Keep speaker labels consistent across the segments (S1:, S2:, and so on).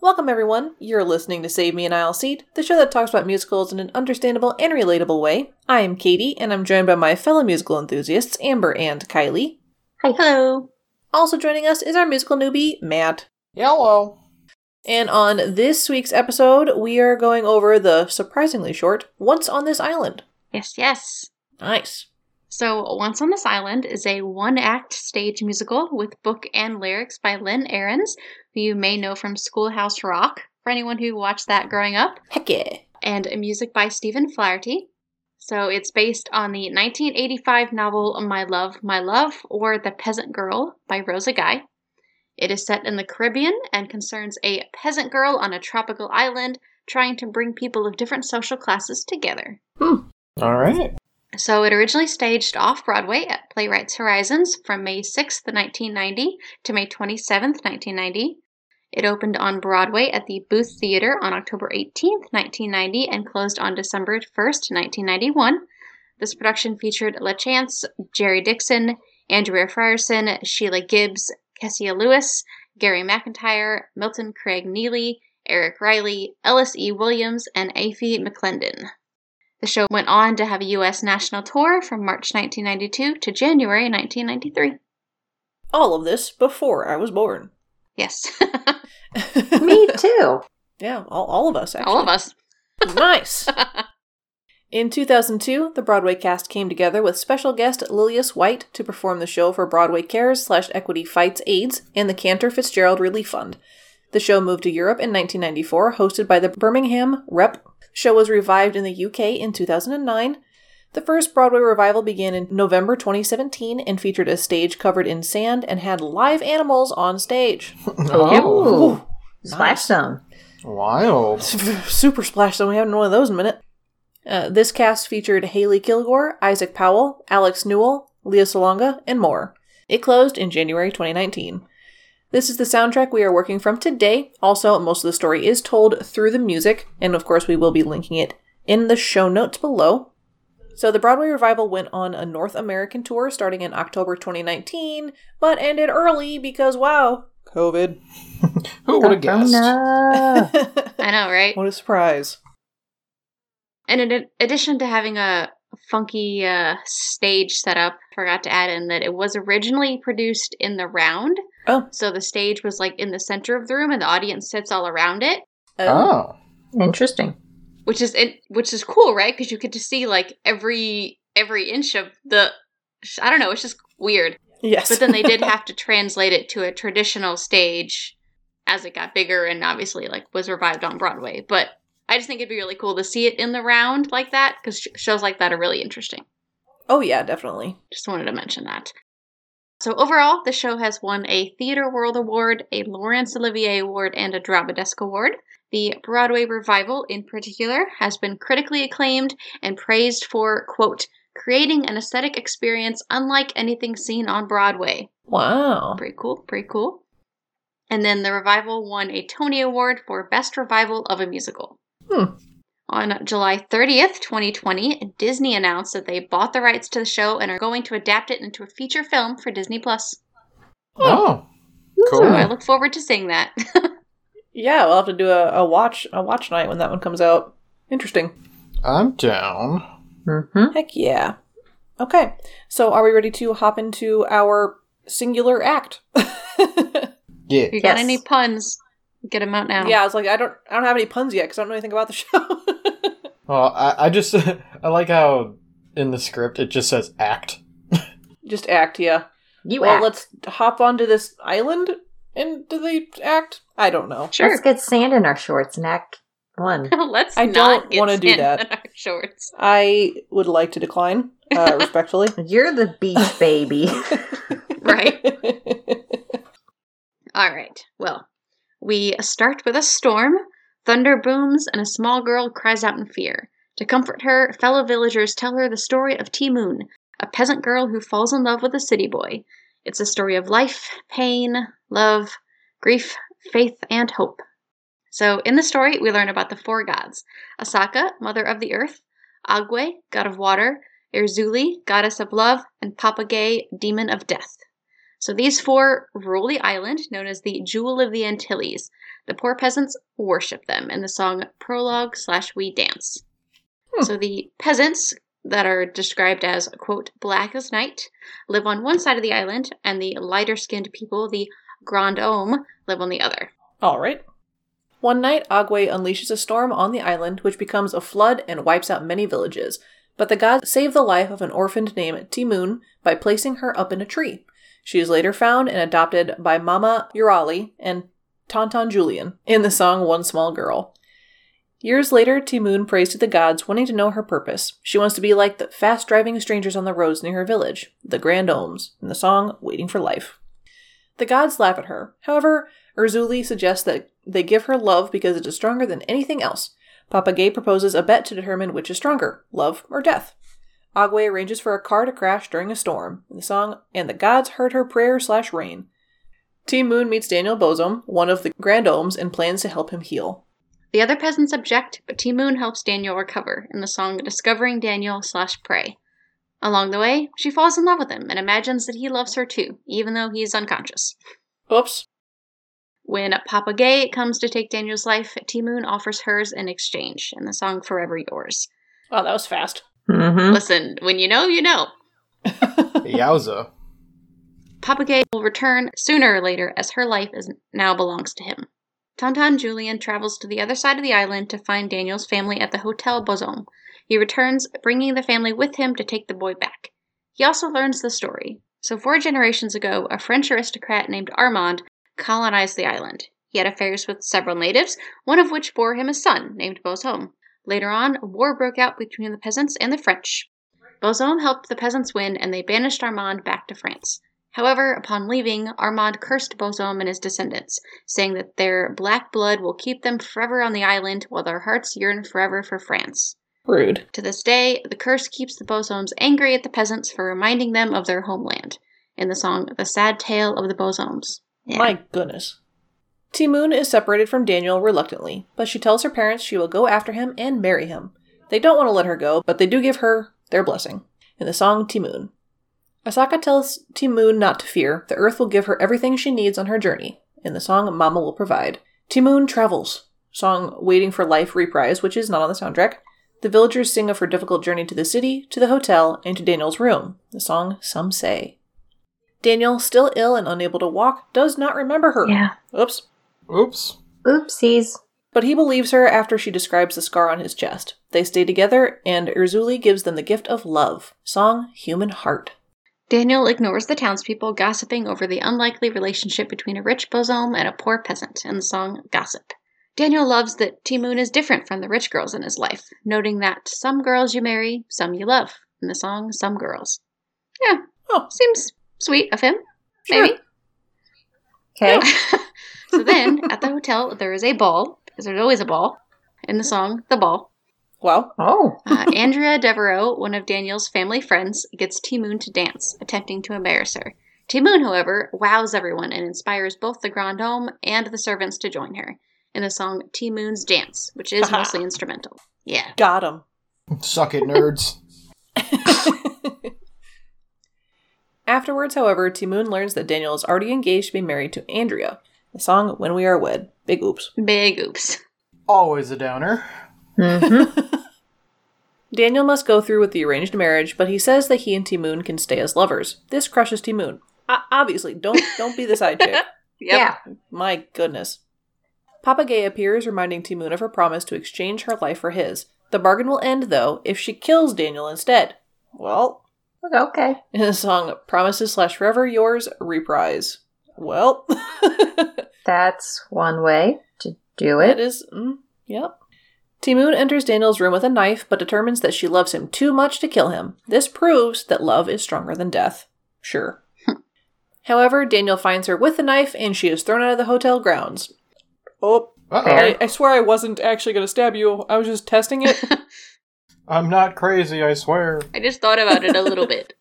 S1: Welcome, everyone. You're listening to Save Me an I'll Seat, the show that talks about musicals in an understandable and relatable way. I am Katie, and I'm joined by my fellow musical enthusiasts, Amber and Kylie.
S2: Hi, hello.
S1: Also joining us is our musical newbie, Matt.
S3: Yellow.
S1: And on this week's episode, we are going over the surprisingly short Once on This Island.
S2: Yes, yes.
S1: Nice.
S2: So, Once on This Island is a one act stage musical with book and lyrics by Lynn Ahrens, who you may know from Schoolhouse Rock, for anyone who watched that growing up,
S1: Heck yeah.
S2: and music by Stephen Flaherty. So, it's based on the 1985 novel My Love, My Love, or The Peasant Girl by Rosa Guy. It is set in the Caribbean and concerns a peasant girl on a tropical island trying to bring people of different social classes together.
S3: All right.
S2: So it originally staged off Broadway at Playwrights Horizons from May 6th, 1990 to May 27th, 1990. It opened on Broadway at the Booth Theater on October 18th, 1990 and closed on December 1st, 1991. This production featured LaChance, Jerry Dixon, Andrea Frierson, Sheila Gibbs, Kessia Lewis, Gary McIntyre, Milton Craig Neely, Eric Riley, Ellis E. Williams, and Afy McClendon. The show went on to have a U.S. national tour from March 1992 to January 1993.
S1: All of this before I was born.
S2: Yes,
S1: Me?
S4: too.
S1: yeah, all, all of us, actually.
S2: all of us.
S1: nice. In 2002, the Broadway cast came together with special guest Lilius White to perform the show for Broadway Cares slash Equity Fights AIDS and the Cantor Fitzgerald Relief Fund. The show moved to Europe in 1994, hosted by the Birmingham Rep. Show was revived in the UK in 2009. The first Broadway revival began in November 2017 and featured a stage covered in sand and had live animals on stage.
S4: Oh.
S1: Ooh.
S4: Splash Zone.
S3: Wild.
S1: Super splash zone. We haven't had one of those in a minute. Uh, this cast featured Haley Kilgore, Isaac Powell, Alex Newell, Leah Salonga, and more. It closed in January 2019. This is the soundtrack we are working from today. Also, most of the story is told through the music, and of course, we will be linking it in the show notes below. So, the Broadway revival went on a North American tour starting in October 2019, but ended early because, wow, COVID.
S3: Who would have guessed?
S4: no.
S2: I know, right?
S1: what a surprise.
S2: And in ad- addition to having a funky uh, stage setup, forgot to add in that it was originally produced in the round.
S1: Oh.
S2: So the stage was like in the center of the room, and the audience sits all around it,
S1: Uh,
S3: Oh.
S4: Interesting.
S2: which is it, which is cool, right? Because you get to see like every every inch of the. I don't know. It's just weird.
S1: Yes.
S2: but then they did have to translate it to a traditional stage as it got bigger and obviously like was revived on broadway but i just think it'd be really cool to see it in the round like that because sh- shows like that are really interesting
S1: Oh yeah, definitely.
S2: just wanted to mention that so overall the show has won a theater world award a laurence olivier award and a drama desk award the broadway revival in particular has been critically acclaimed and praised for quote creating an aesthetic experience unlike anything seen on broadway
S1: Wow.
S2: Pretty cool, pretty cool. And then the revival won a Tony Award for Best Revival of a Musical.
S1: Hmm.
S2: On July 30th, 2020, Disney announced that they bought the rights to the show and are going to adapt it into a feature film for Disney Plus.
S3: Oh. Cool.
S2: So I look forward to seeing that.
S1: Yeah, we'll have to do a, a watch a watch night when that one comes out. Interesting.
S3: I'm down.
S4: Mm-hmm.
S1: Heck yeah. Okay. So are we ready to hop into our singular act?
S3: Yeah.
S2: you got
S4: Yes.
S2: any puns? Get them out now.
S1: Yeah, it's like I don't I don't have any puns yet because I don't know anything about the show.
S3: Well, I, I just I like how in the script it just says act.
S1: Just act, yeah.
S4: You
S1: well,
S4: act. Let's,
S1: let's hop onto this island and do they act? I don't know.
S2: Sure.
S4: get sand in our shorts and act one.
S2: Let's
S1: I
S2: not
S1: don't
S2: get
S1: wanna do
S2: sand
S1: that.
S2: in our shorts.
S1: I would like to decline, uh, respectfully.
S4: You're the beach baby.
S2: Right. All right. Well, we start with a storm. Thunder booms, and a small girl cries out in fear. To comfort her, fellow villagers tell her the story of Ti Moon, a peasant girl who falls in love with a city boy. It's a story of life, pain, love, grief, faith, and hope. So, in the story, we learn about the four gods Asaka, mother of the earth, Agwe, god of water, Erzuli, goddess of love, and Papagay, demon of death. So these four rule the island, known as the Jewel of the Antilles. The poor peasants worship them in the song Prologue slash We Dance.
S1: Hmm.
S2: So the peasants that are described as, quote, black as night, live on one side of the island, and the lighter skinned people, the Grand Homme, live on the other.
S1: All right. One night, Agwe unleashes a storm on the island, which becomes a flood and wipes out many villages. But the gods save the life of an orphaned named Timun by placing her up in a tree. She is later found and adopted by Mama Urali and Tonton Julian in the song One Small Girl. Years later, Timun prays to the gods, wanting to know her purpose. She wants to be like the fast driving strangers on the roads near her village, the Grand Ohms, in the song Waiting for Life. The gods laugh at her. However, Urzuli suggests that they give her love because it is stronger than anything else. Papagay proposes a bet to determine which is stronger, love or death. Agwe arranges for a car to crash during a storm. The song and the gods heard her prayer slash rain. Team Moon meets Daniel Bosom, one of the Grand Ohms, and plans to help him heal.
S2: The other peasants object, but Timoon helps Daniel recover in the song Discovering Daniel slash Pray. Along the way, she falls in love with him and imagines that he loves her too, even though he's unconscious.
S1: Oops.
S2: When Papa Gay comes to take Daniel's life, Timoon offers hers in exchange in the song Forever Yours.
S1: Oh, that was fast.
S4: Mm-hmm.
S2: Listen, when you know, you know.
S3: Yowza.
S2: Papa Gay will return sooner or later as her life is now belongs to him. Tonton Julian travels to the other side of the island to find Daniel's family at the Hotel Bosom. He returns, bringing the family with him to take the boy back. He also learns the story. So, four generations ago, a French aristocrat named Armand colonized the island. He had affairs with several natives, one of which bore him a son named Bosom. Later on, a war broke out between the peasants and the French. Bosom helped the peasants win, and they banished Armand back to France. However, upon leaving, Armand cursed Bosom and his descendants, saying that their black blood will keep them forever on the island while their hearts yearn forever for France.
S1: Rude.
S2: To this day, the curse keeps the Bosoms angry at the peasants for reminding them of their homeland in the song The Sad Tale of the Bosoms. Yeah.
S1: My goodness. Timoon is separated from Daniel reluctantly, but she tells her parents she will go after him and marry him. They don't want to let her go, but they do give her their blessing in the song Timoon. Asaka tells Timoon not to fear. The earth will give her everything she needs on her journey in the song Mama Will Provide. Timoon travels, song Waiting for Life reprise, which is not on the soundtrack. The villagers sing of her difficult journey to the city, to the hotel, and to Daniel's room, the song Some Say. Daniel, still ill and unable to walk, does not remember her.
S4: Yeah.
S1: Oops.
S3: Oops.
S4: Oopsies.
S1: But he believes her after she describes the scar on his chest. They stay together, and Urzuli gives them the gift of love. Song Human Heart.
S2: Daniel ignores the townspeople gossiping over the unlikely relationship between a rich bosom and a poor peasant in the song Gossip. Daniel loves that Timoon is different from the rich girls in his life, noting that some girls you marry, some you love, in the song Some Girls. Yeah,
S1: Oh.
S2: seems sweet of him,
S1: Sure.
S2: maybe.
S4: Okay.
S2: so then, at the hotel, there is a ball, because there's always a ball, in the song The Ball.
S1: Wow.
S4: Oh.
S2: Uh, Andrea Devereaux, one of Daniel's family friends, gets Timoon to dance, attempting to embarrass her. Timoon, however, wows everyone and inspires both the Grand Dome and the servants to join her in the song Timoon's Dance, which is
S1: Haha.
S2: mostly instrumental. Yeah.
S1: Got him.
S3: Suck it, nerds.
S1: Afterwards, however, Timoon learns that Daniel is already engaged to be married to Andrea. The song When We Are Wed. Big oops.
S2: Big oops.
S3: Always a downer.
S4: Mm-hmm.
S1: Daniel must go through with the arranged marriage, but he says that he and Timoon can stay as lovers. This crushes Timoon. O- obviously, don't don't be the side chick.
S4: Yeah.
S1: My goodness. Papagay appears, reminding Timoon of her promise to exchange her life for his. The bargain will end, though, if she kills Daniel instead. Well,
S4: Okay.
S1: in the song Promises slash Forever Yours reprise. Well,
S4: That's one way to do
S1: that
S4: it.
S1: is. Mm, yep. Timoon enters Daniel's room with a knife, but determines that she loves him too much to kill him. This proves that love is stronger than death. Sure. However, Daniel finds her with the knife, and she is thrown out of the hotel grounds. Oh,
S3: Uh
S1: I,
S4: Fair.
S1: I swear I wasn't actually going to stab you. I was just testing it.
S3: oh. I'm not crazy, I swear.
S2: I just thought about it a little bit.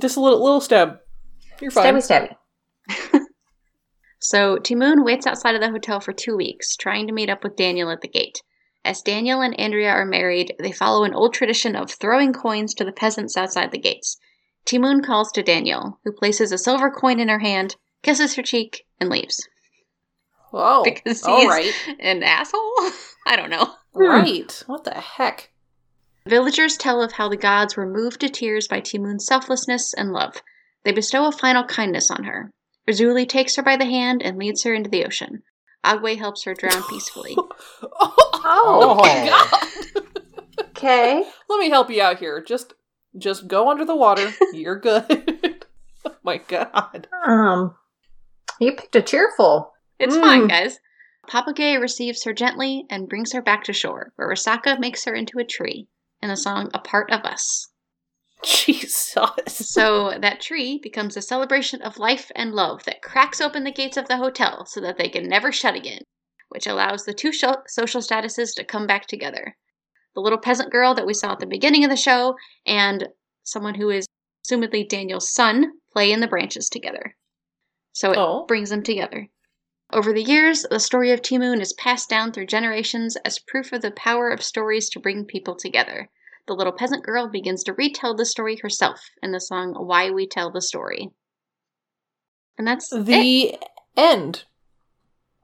S1: just a little little stab. You're fine.
S4: Stabby stabby.
S2: So Timoon waits outside of the hotel for two weeks, trying to meet up with Daniel at the gate. As Daniel and Andrea are married, they follow an old tradition of throwing coins to the peasants outside the gates. Timoon calls to Daniel, who places a silver coin in her hand, kisses her cheek, and leaves.
S1: Oh,
S2: Because
S1: all
S2: he's-
S1: right.
S2: An asshole? I don't know.
S1: Right. What the heck?
S2: Villagers tell of how the gods were moved to tears by Timun's selflessness and love. They bestow a final kindness on her. Razuli takes her by the hand and leads her into the ocean. Agwe helps her drown peacefully.
S4: Oh,
S1: God.
S4: okay.
S1: Let me help you out here. Just just go under the water. You're good. oh my god.
S4: Um, you picked a cheerful.
S2: It's
S4: Mm.
S2: fine, guys. Papagay receives her gently and brings her back to shore, where Risaka makes her into a tree in the song A Part of Us.
S1: Jesus.
S2: So that tree becomes a celebration of life and love that cracks open the gates of the hotel so that they can never shut again, which allows the two sho- social statuses to come back together. The little peasant girl that we saw at the beginning of the show and someone who is assumedly Daniel's son play in the branches together. So it
S1: Oh.
S2: brings them together. Over the years, the story of Timoon is passed down through generations as proof of the power of stories to bring people together the little peasant girl begins to retell the story herself in the song Why We Tell the Story. And that's it.
S1: The end.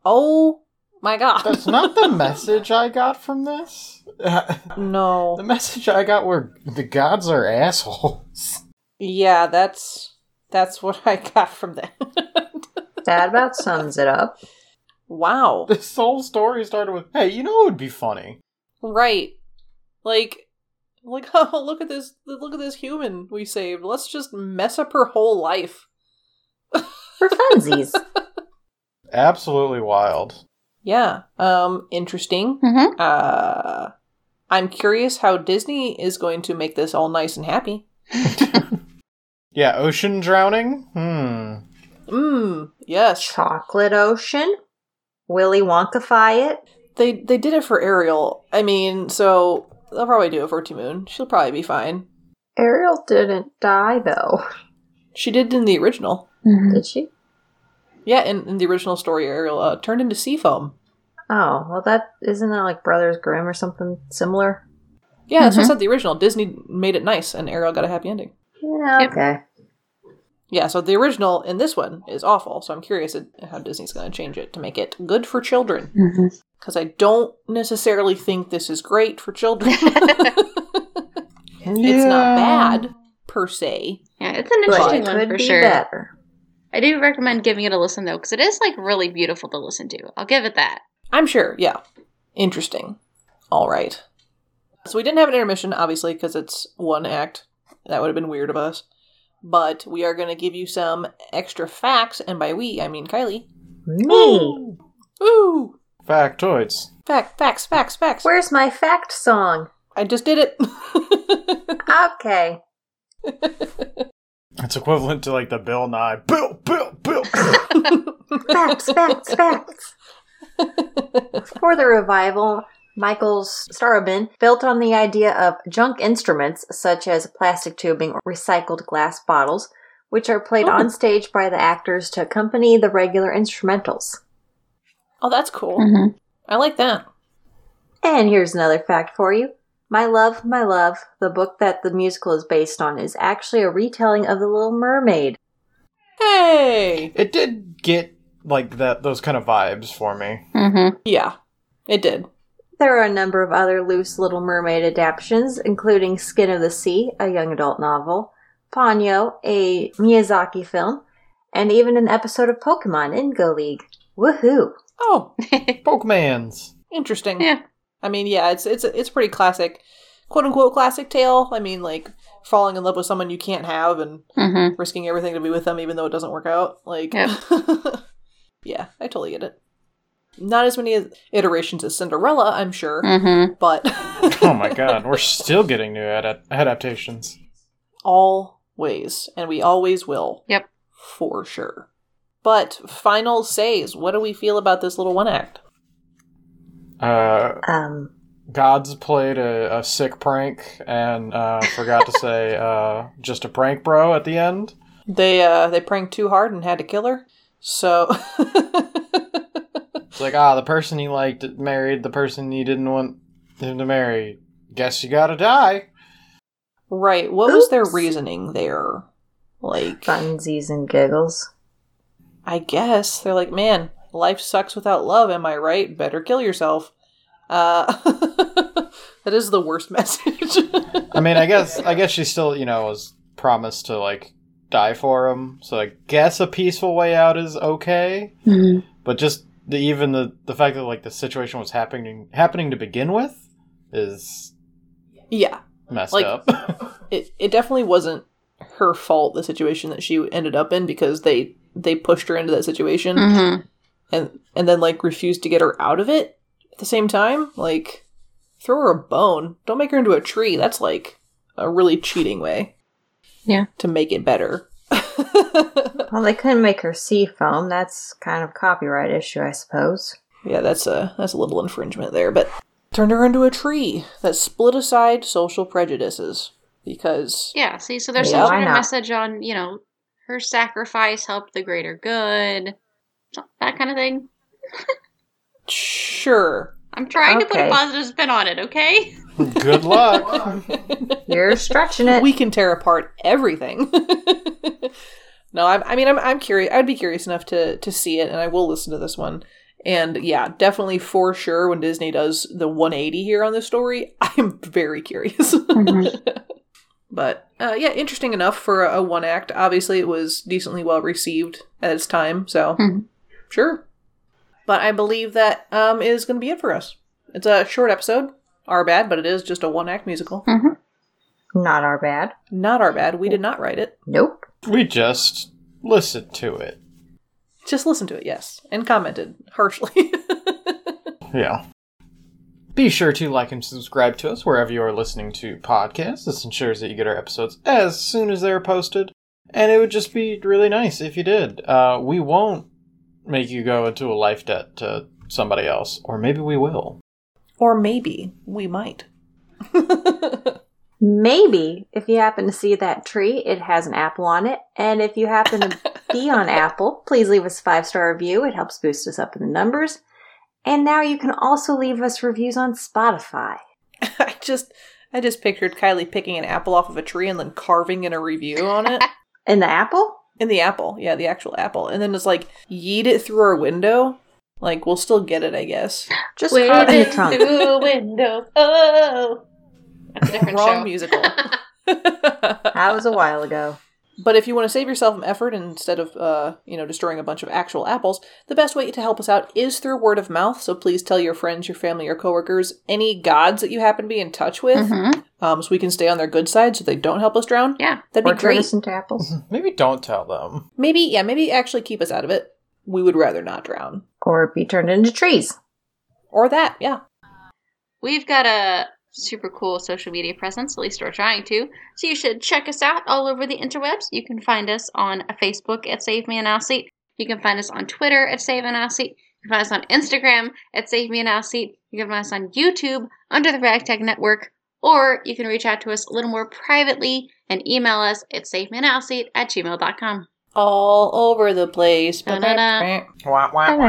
S1: Oh my god.
S3: That's not the message I got from this. the
S1: No.
S3: message I got were the gods are assholes.
S1: Yeah, that's that's what I got from that.
S4: That about sums it up.
S1: wow.
S3: This whole story started with, "Hey, you know what would be funny?
S1: Right. Like like oh look at this look at this human we saved. Let's just mess up her whole life.
S4: For funsies.
S3: Absolutely wild."
S1: Yeah. Um interesting.
S2: Mhm.
S1: Uh I'm curious how Disney is going to make this all nice and happy.
S3: Yeah, ocean drowning. Hmm.
S1: Mmm, yes.
S4: Chocolate Ocean. Willy Wonkify it.
S1: They they did it for Ariel. I mean, so they'll probably do it for Timoon. She'll probably be fine.
S4: Ariel didn't die though,
S1: She did in the original.
S2: Mm-hmm. Hmm.
S4: did she?
S1: Yeah, in, in the original story, Ariel uh, turned into sea foam.
S4: Oh, well, that isn't that like Brothers Grimm or something similar?
S1: Yeah, that's what I said. The original Disney made it nice, and Ariel got a happy ending.
S4: Yeah,
S2: Yep.
S4: okay.
S1: Yeah, so the original in this one is awful. So I'm curious at how Disney's going to change it to make it good for children. Because I don't necessarily think this is great for children. It's not bad per se.
S2: Yeah, it's an
S4: But
S2: interesting
S4: it
S2: one
S4: could
S2: for
S4: be
S2: sure.
S4: better.
S2: I do recommend giving it a listen though, because it is like really beautiful to listen to. I'll give it that.
S1: I'm sure. Yeah, interesting. All right. So we didn't have an intermission, obviously, because it's one act. That would have been weird of us. But we are going to give you some extra facts, and by we I mean Kylie.
S4: Me.
S1: Ooh,
S3: Factoids.
S1: fact, facts, facts, facts.
S4: Where's my fact song?
S1: I just did it.
S4: Okay.
S3: It's equivalent to like the Bill Nye Bill Bill Bill. Bill.
S4: Facts, facts, facts. For the revival, Michael Starobin built on the idea of junk instruments such as plastic tubing or recycled glass bottles, which are played
S1: Oh.
S4: on stage by the actors to accompany the regular instrumentals.
S1: oh, that's cool.
S2: Mm.
S4: Mm-hmm.
S1: I like that.
S4: And here's another fact for you. My Love, My Love, the book that the musical is based on, is actually a retelling of The Little Mermaid.
S1: Hey.
S3: it did get like that those kind of vibes for me.
S2: Mm-hmm.
S1: Yeah, it did.
S4: There are a number of other loose Little Mermaid adaptations, including Skin of the Sea, a young adult novel, Ponyo, a Miyazaki film, and even an episode of Pokemon Ingo League. Woohoo!
S1: Oh,
S3: Pokemans.
S1: interesting.
S2: Yeah.
S1: I mean, yeah, it's it's it's a pretty classic, quote unquote classic tale. I mean, like falling in love with someone you can't have and
S2: Mm-hmm.
S1: risking everything to be with them, even though it doesn't work out. Like,
S2: Yep.
S1: yeah, I totally get it. Not as many iterations as Cinderella, I'm sure,
S2: Mm-hmm.
S1: but
S3: Oh my god, we're still getting new ad- adaptations.
S1: always, and we always will.
S2: Yep.
S1: for sure. But final says, what do we feel about this little one act?
S3: Uh,
S4: Um,
S3: gods played a, a sick prank and uh, forgot to say uh, just a prank, bro, at the end.
S1: They uh they pranked too hard and had to kill her. So
S3: It's like ah, the person he liked married the person he didn't want him to marry. Guess you gotta die.
S1: Right. What was their
S4: Oops.
S1: reasoning there? Like,
S4: Funsies and giggles.
S1: I guess they're like, man, life sucks without love. Am I right? Better kill yourself. Uh, that is the worst message.
S3: I mean, I guess I guess she still, you know, was promised to like die for him. So I guess a peaceful way out is okay.
S4: Mm-hmm.
S3: But just the, even the the fact that like the situation was happening happening to begin with is
S1: yeah,
S3: messed
S1: Like-
S3: up.
S1: it it definitely wasn't her fault the situation that she ended up in because they they pushed her into that situation
S2: Mm-hmm.
S1: and and then like refused to get her out of it at the same time. Like, throw her a bone. Don't make her into a tree. That's like a really cheating way.
S2: Yeah.
S1: To make it better.
S4: Well, they couldn't make her sea foam. That's kind of copyright issue, I suppose.
S1: Yeah, that's a that's a little infringement there, but turned her into a tree that split aside social prejudices because
S2: Yeah. See, so there's
S1: Yeah,
S2: some sort
S4: why
S2: of
S4: not?
S2: message on, you know, her sacrifice helped the greater good, so- that kind of thing.
S1: sure,
S2: I'm trying to put a
S4: Okay.
S2: positive spin on it. Okay.
S3: Good luck.
S4: You're stretching it.
S1: we can tear apart everything. no, I'm, I mean I'm I'm curious. I'd be curious enough to to see it, and I will listen to this one. And yeah, definitely for sure when Disney does the 180 here on this story, I'm very curious.
S4: Mm-hmm.
S1: But uh, yeah, interesting enough for a, a one act. Obviously, it was decently well received at its time, so
S2: Mhm.
S1: sure. But I believe that um, is going to be it for us. It's a short episode. Our bad, but it is just a one act musical.
S4: Not our bad.
S1: Not our bad. We did not write it.
S4: Nope.
S3: we just listened to it.
S1: Just listen to it, yes, and commented harshly.
S3: Yeah. Be sure to like and subscribe to us wherever you are listening to podcasts. This ensures that you get our episodes as soon as they're posted. And it would just be really nice if you did. Uh, we won't make you go into a life debt to somebody else, or maybe we will.
S1: or maybe we might.
S4: Maybe if you happen to see that tree, it has an apple on it. And if you happen to be on Apple, please leave us a five star review. It helps boost us up in the numbers. And now you can also leave us reviews on Spotify.
S1: I just, I just pictured Kylie picking an apple off of a tree and then carving in a review on it.
S4: And the apple?
S1: In the apple, yeah, the actual apple. And then it's like yeet it through our window. Like we'll still get it, I guess.
S4: Just carve in the trunk.
S2: through window. Oh, that's a different
S1: Wrong
S2: show.
S1: musical.
S4: That was a while ago.
S1: but if you want to save yourself some effort instead of uh, you know destroying a bunch of actual apples, the best way to help us out is through word of mouth. So please tell your friends, your family, your coworkers, any gods that you happen to be in touch with,
S4: Mm-hmm.
S2: Mhm.
S1: um, so we can stay on their good side, so they don't help us drown.
S2: Yeah.
S1: That'd
S4: Or
S1: be
S4: turn
S1: great.
S4: us into apples.
S3: Maybe don't tell them.
S1: Maybe yeah, maybe actually keep us out of it. We would rather not drown.
S4: Or be turned into trees.
S1: Or that, yeah.
S2: We've got a super cool social media presence, at least we're trying to. So you should check us out all over the interwebs. You can find us on Facebook at Save Me an Aisle Seat. You can find us on Twitter at Save An Aisle Seat. You can find us on Instagram at Save Me an Aisle Seat. You can find us on YouTube under the Ragtag Network. Or you can reach out to us a little more privately and email us at savemeanoutseat at gmail.com.
S1: All over the place.
S2: Da-da-da.
S3: Wah, wah,
S4: Why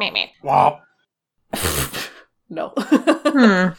S4: not?
S3: wah.
S1: No.
S4: Hmm.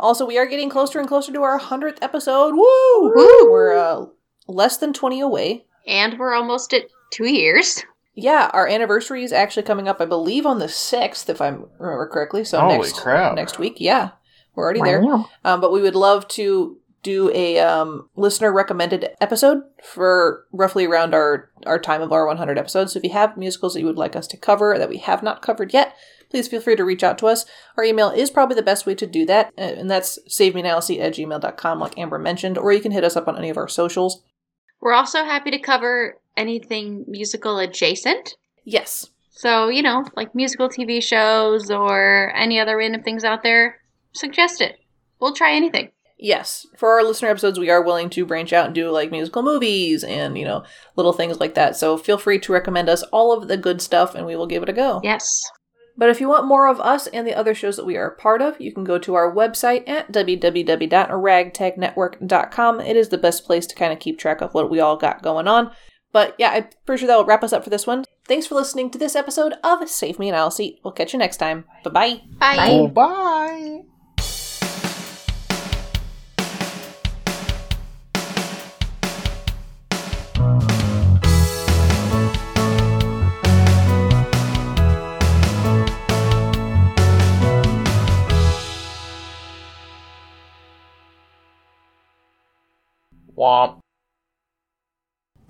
S1: also, we are getting closer and closer to our 100th episode. Woo!
S2: Woo!
S1: We're uh, less than 20 away.
S2: And we're almost at two years.
S1: Yeah, our anniversary is actually coming up, I believe, on the 6th, if I remember correctly. So
S3: Holy
S1: next,
S3: crap.
S1: next week. Yeah, we're already
S4: Why
S1: there.
S4: not?
S1: Um, but we would love to do a um, listener recommended episode for roughly around our, our time of our 100 episodes. So if you have musicals that you would like us to cover that we have not covered yet, please feel free to reach out to us. Our email is probably the best way to do that, uh, and that's savemanalysis at gmail.com, like Amber mentioned, or you can hit us up on any of our socials.
S2: We're also happy to cover anything musical adjacent.
S1: Yes.
S2: So, you know, like musical TV shows or any other random things out there, suggest it. We'll try anything.
S1: Yes. For our listener episodes, we are willing to branch out and do like musical movies and, you know, little things like that. So feel free to recommend us all of the good stuff and we will give it a go.
S2: Yes.
S1: But if you want more of us and the other shows that we are a part of, you can go to our website at www.ragtagnetwork.com. It is the best place to kind of keep track of what we all got going on. But yeah, I'm pretty sure that will wrap us up for this one. Thanks for listening to this episode of Save Me and I'll See. We'll catch you next time. Bye bye.
S2: Bye.
S3: Oh, bye. Womp.